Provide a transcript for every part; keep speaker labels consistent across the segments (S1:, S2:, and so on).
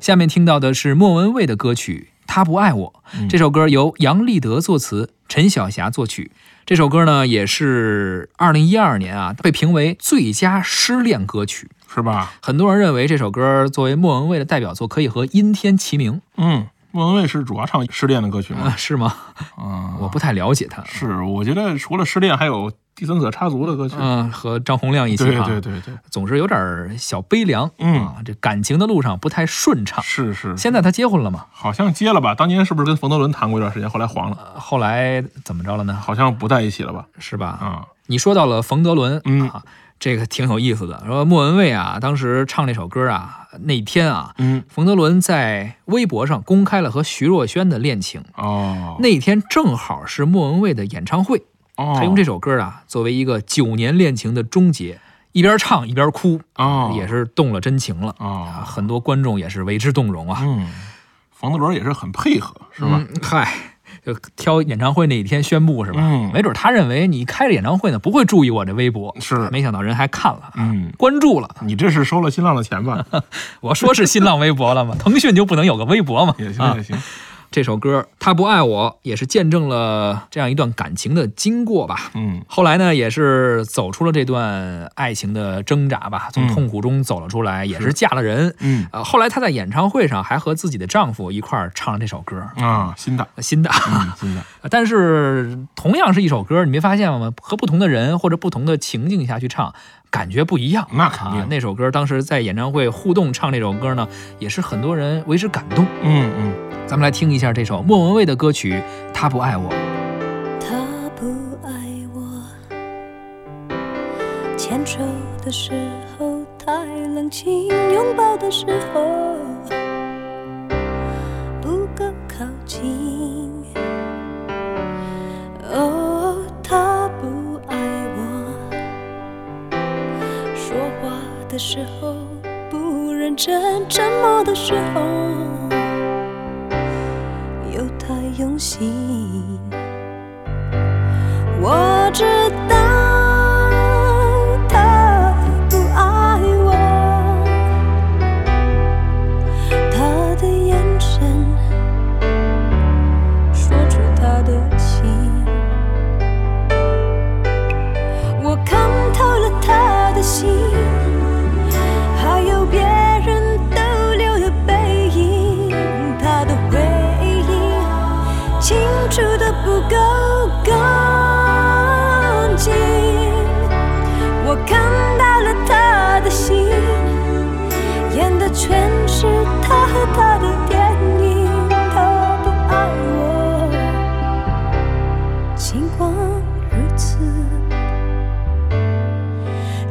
S1: 下面听到的是莫文蔚的歌曲《他不爱我》。
S2: 嗯
S1: 这首歌由杨立德作词，陈小霞作曲。这首歌呢，也是二零一二年啊被评为最佳失恋歌曲。
S2: 是吧？
S1: 很多人认为这首歌作为莫文蔚的代表作，可以和《阴天》齐名
S2: 嗯，莫文蔚是主要唱失恋的歌曲
S1: 啊、
S2: 吗？
S1: 是吗？
S2: 嗯，
S1: 我不太了解他。
S2: 是，我觉得除了失恋，还有第三者插足的歌曲。
S1: 嗯、和张洪量一起
S2: 对
S1: 唱，
S2: 对对对，
S1: 总是有点儿小悲凉。
S2: 嗯
S1: 啊，这感情的路上不太顺畅。
S2: 是是，
S1: 现在他结婚了嘛？
S2: 好像接了吧？当年是不是跟冯德伦谈过一段时间，后来黄了，
S1: 呃后来怎么着了呢？
S2: 好像不在一起了吧？
S1: 是吧？
S2: 啊，
S1: 你说到了冯德伦，
S2: 嗯
S1: 啊，这个挺有意思的。说莫文蔚啊，当时唱这首歌啊，那天啊，
S2: 嗯，
S1: 冯德伦在微博上公开了和徐若瑄的恋情。
S2: 哦，
S1: 那天正好是莫文蔚的演唱会，
S2: 哦，
S1: 他用这首歌啊作为一个九年恋情的终结，一边唱一边哭，
S2: 哦
S1: 也是动了真情了啊！
S2: 哦，
S1: 很多观众也是为之动容啊，
S2: 嗯，冯德伦也是很配合，是吧？
S1: 嗯？嗨，就挑演唱会那一天宣布是吧？
S2: 嗯
S1: 没准他认为你开着演唱会呢不会注意我这微博，
S2: 是
S1: 没想到人还看了，
S2: 嗯，
S1: 关注了。
S2: 你这是收了新浪的钱 吧？
S1: 我说是新浪微博了吗？ 腾讯就不能有个微博吗？
S2: 也行
S1: 啊
S2: 也行，
S1: 这首歌《他不爱我》也是见证了这样一段感情的经过吧。
S2: 嗯
S1: 后来呢，也是走出了这段爱情的挣扎吧，从痛苦中走了出来，也是嫁了人。
S2: 嗯
S1: 呃，后来她在演唱会上还和自己的丈夫一块儿唱了这首歌，
S2: 啊，新的，
S1: 新的。
S2: 嗯，新的，
S1: 但是同样是一首歌，你没发现吗？和不同的人或者不同的情境下去唱，感觉不一样。
S2: 那肯
S1: 啊，
S2: 定，
S1: 那首歌当时在演唱会互动唱这首歌呢，也是很多人为之感动。
S2: 嗯嗯，
S1: 咱们来听一下这首莫文蔚的歌曲《他不爱我》。
S3: 他不爱我，牵手的时候太冷清，拥抱的时候不够靠近。哦，他不爱我，说话的时候不认真，沉默的时候又太用心。我知道他不爱我，他的眼神说出他的情，我看透了他的心，还有别人逗留的背影，他的回应。清楚的不够干净。我看到了他的心，演的全是他和他的电影。他不爱我，尽管如此，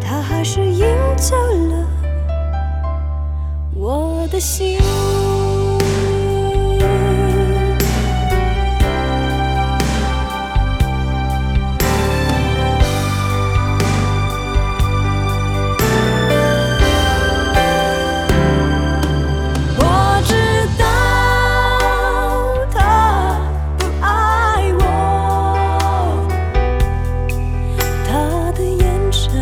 S3: 他还是赢走了我的心。我知道他不爱我，他的眼神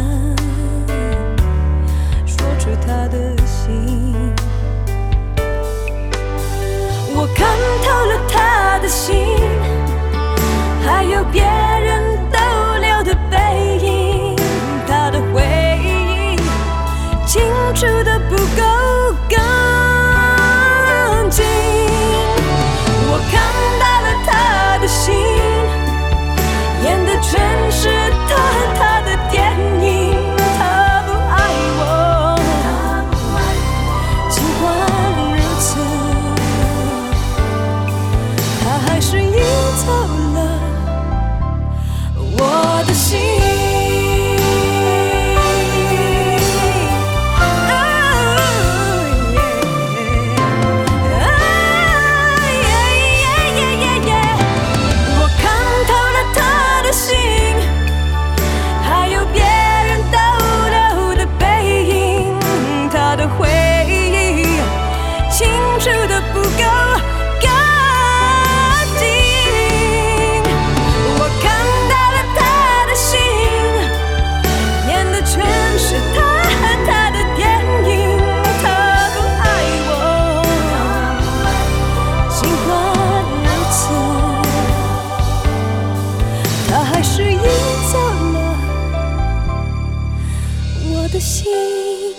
S3: 说出他的心。我看透了他的心，还有别人逗留的背影，他的回应。清楚的不够干净。我看到了他的心，演的全是他和他的电影。他不爱我，尽管如此，他还是赢走了我的心。Oh, 我看透了他的心，还有别人逗留的背影，他的回忆清楚的不够干净。我看到了他的心，演的全是他和他的电影，他不爱我。他还是赢走了我的心。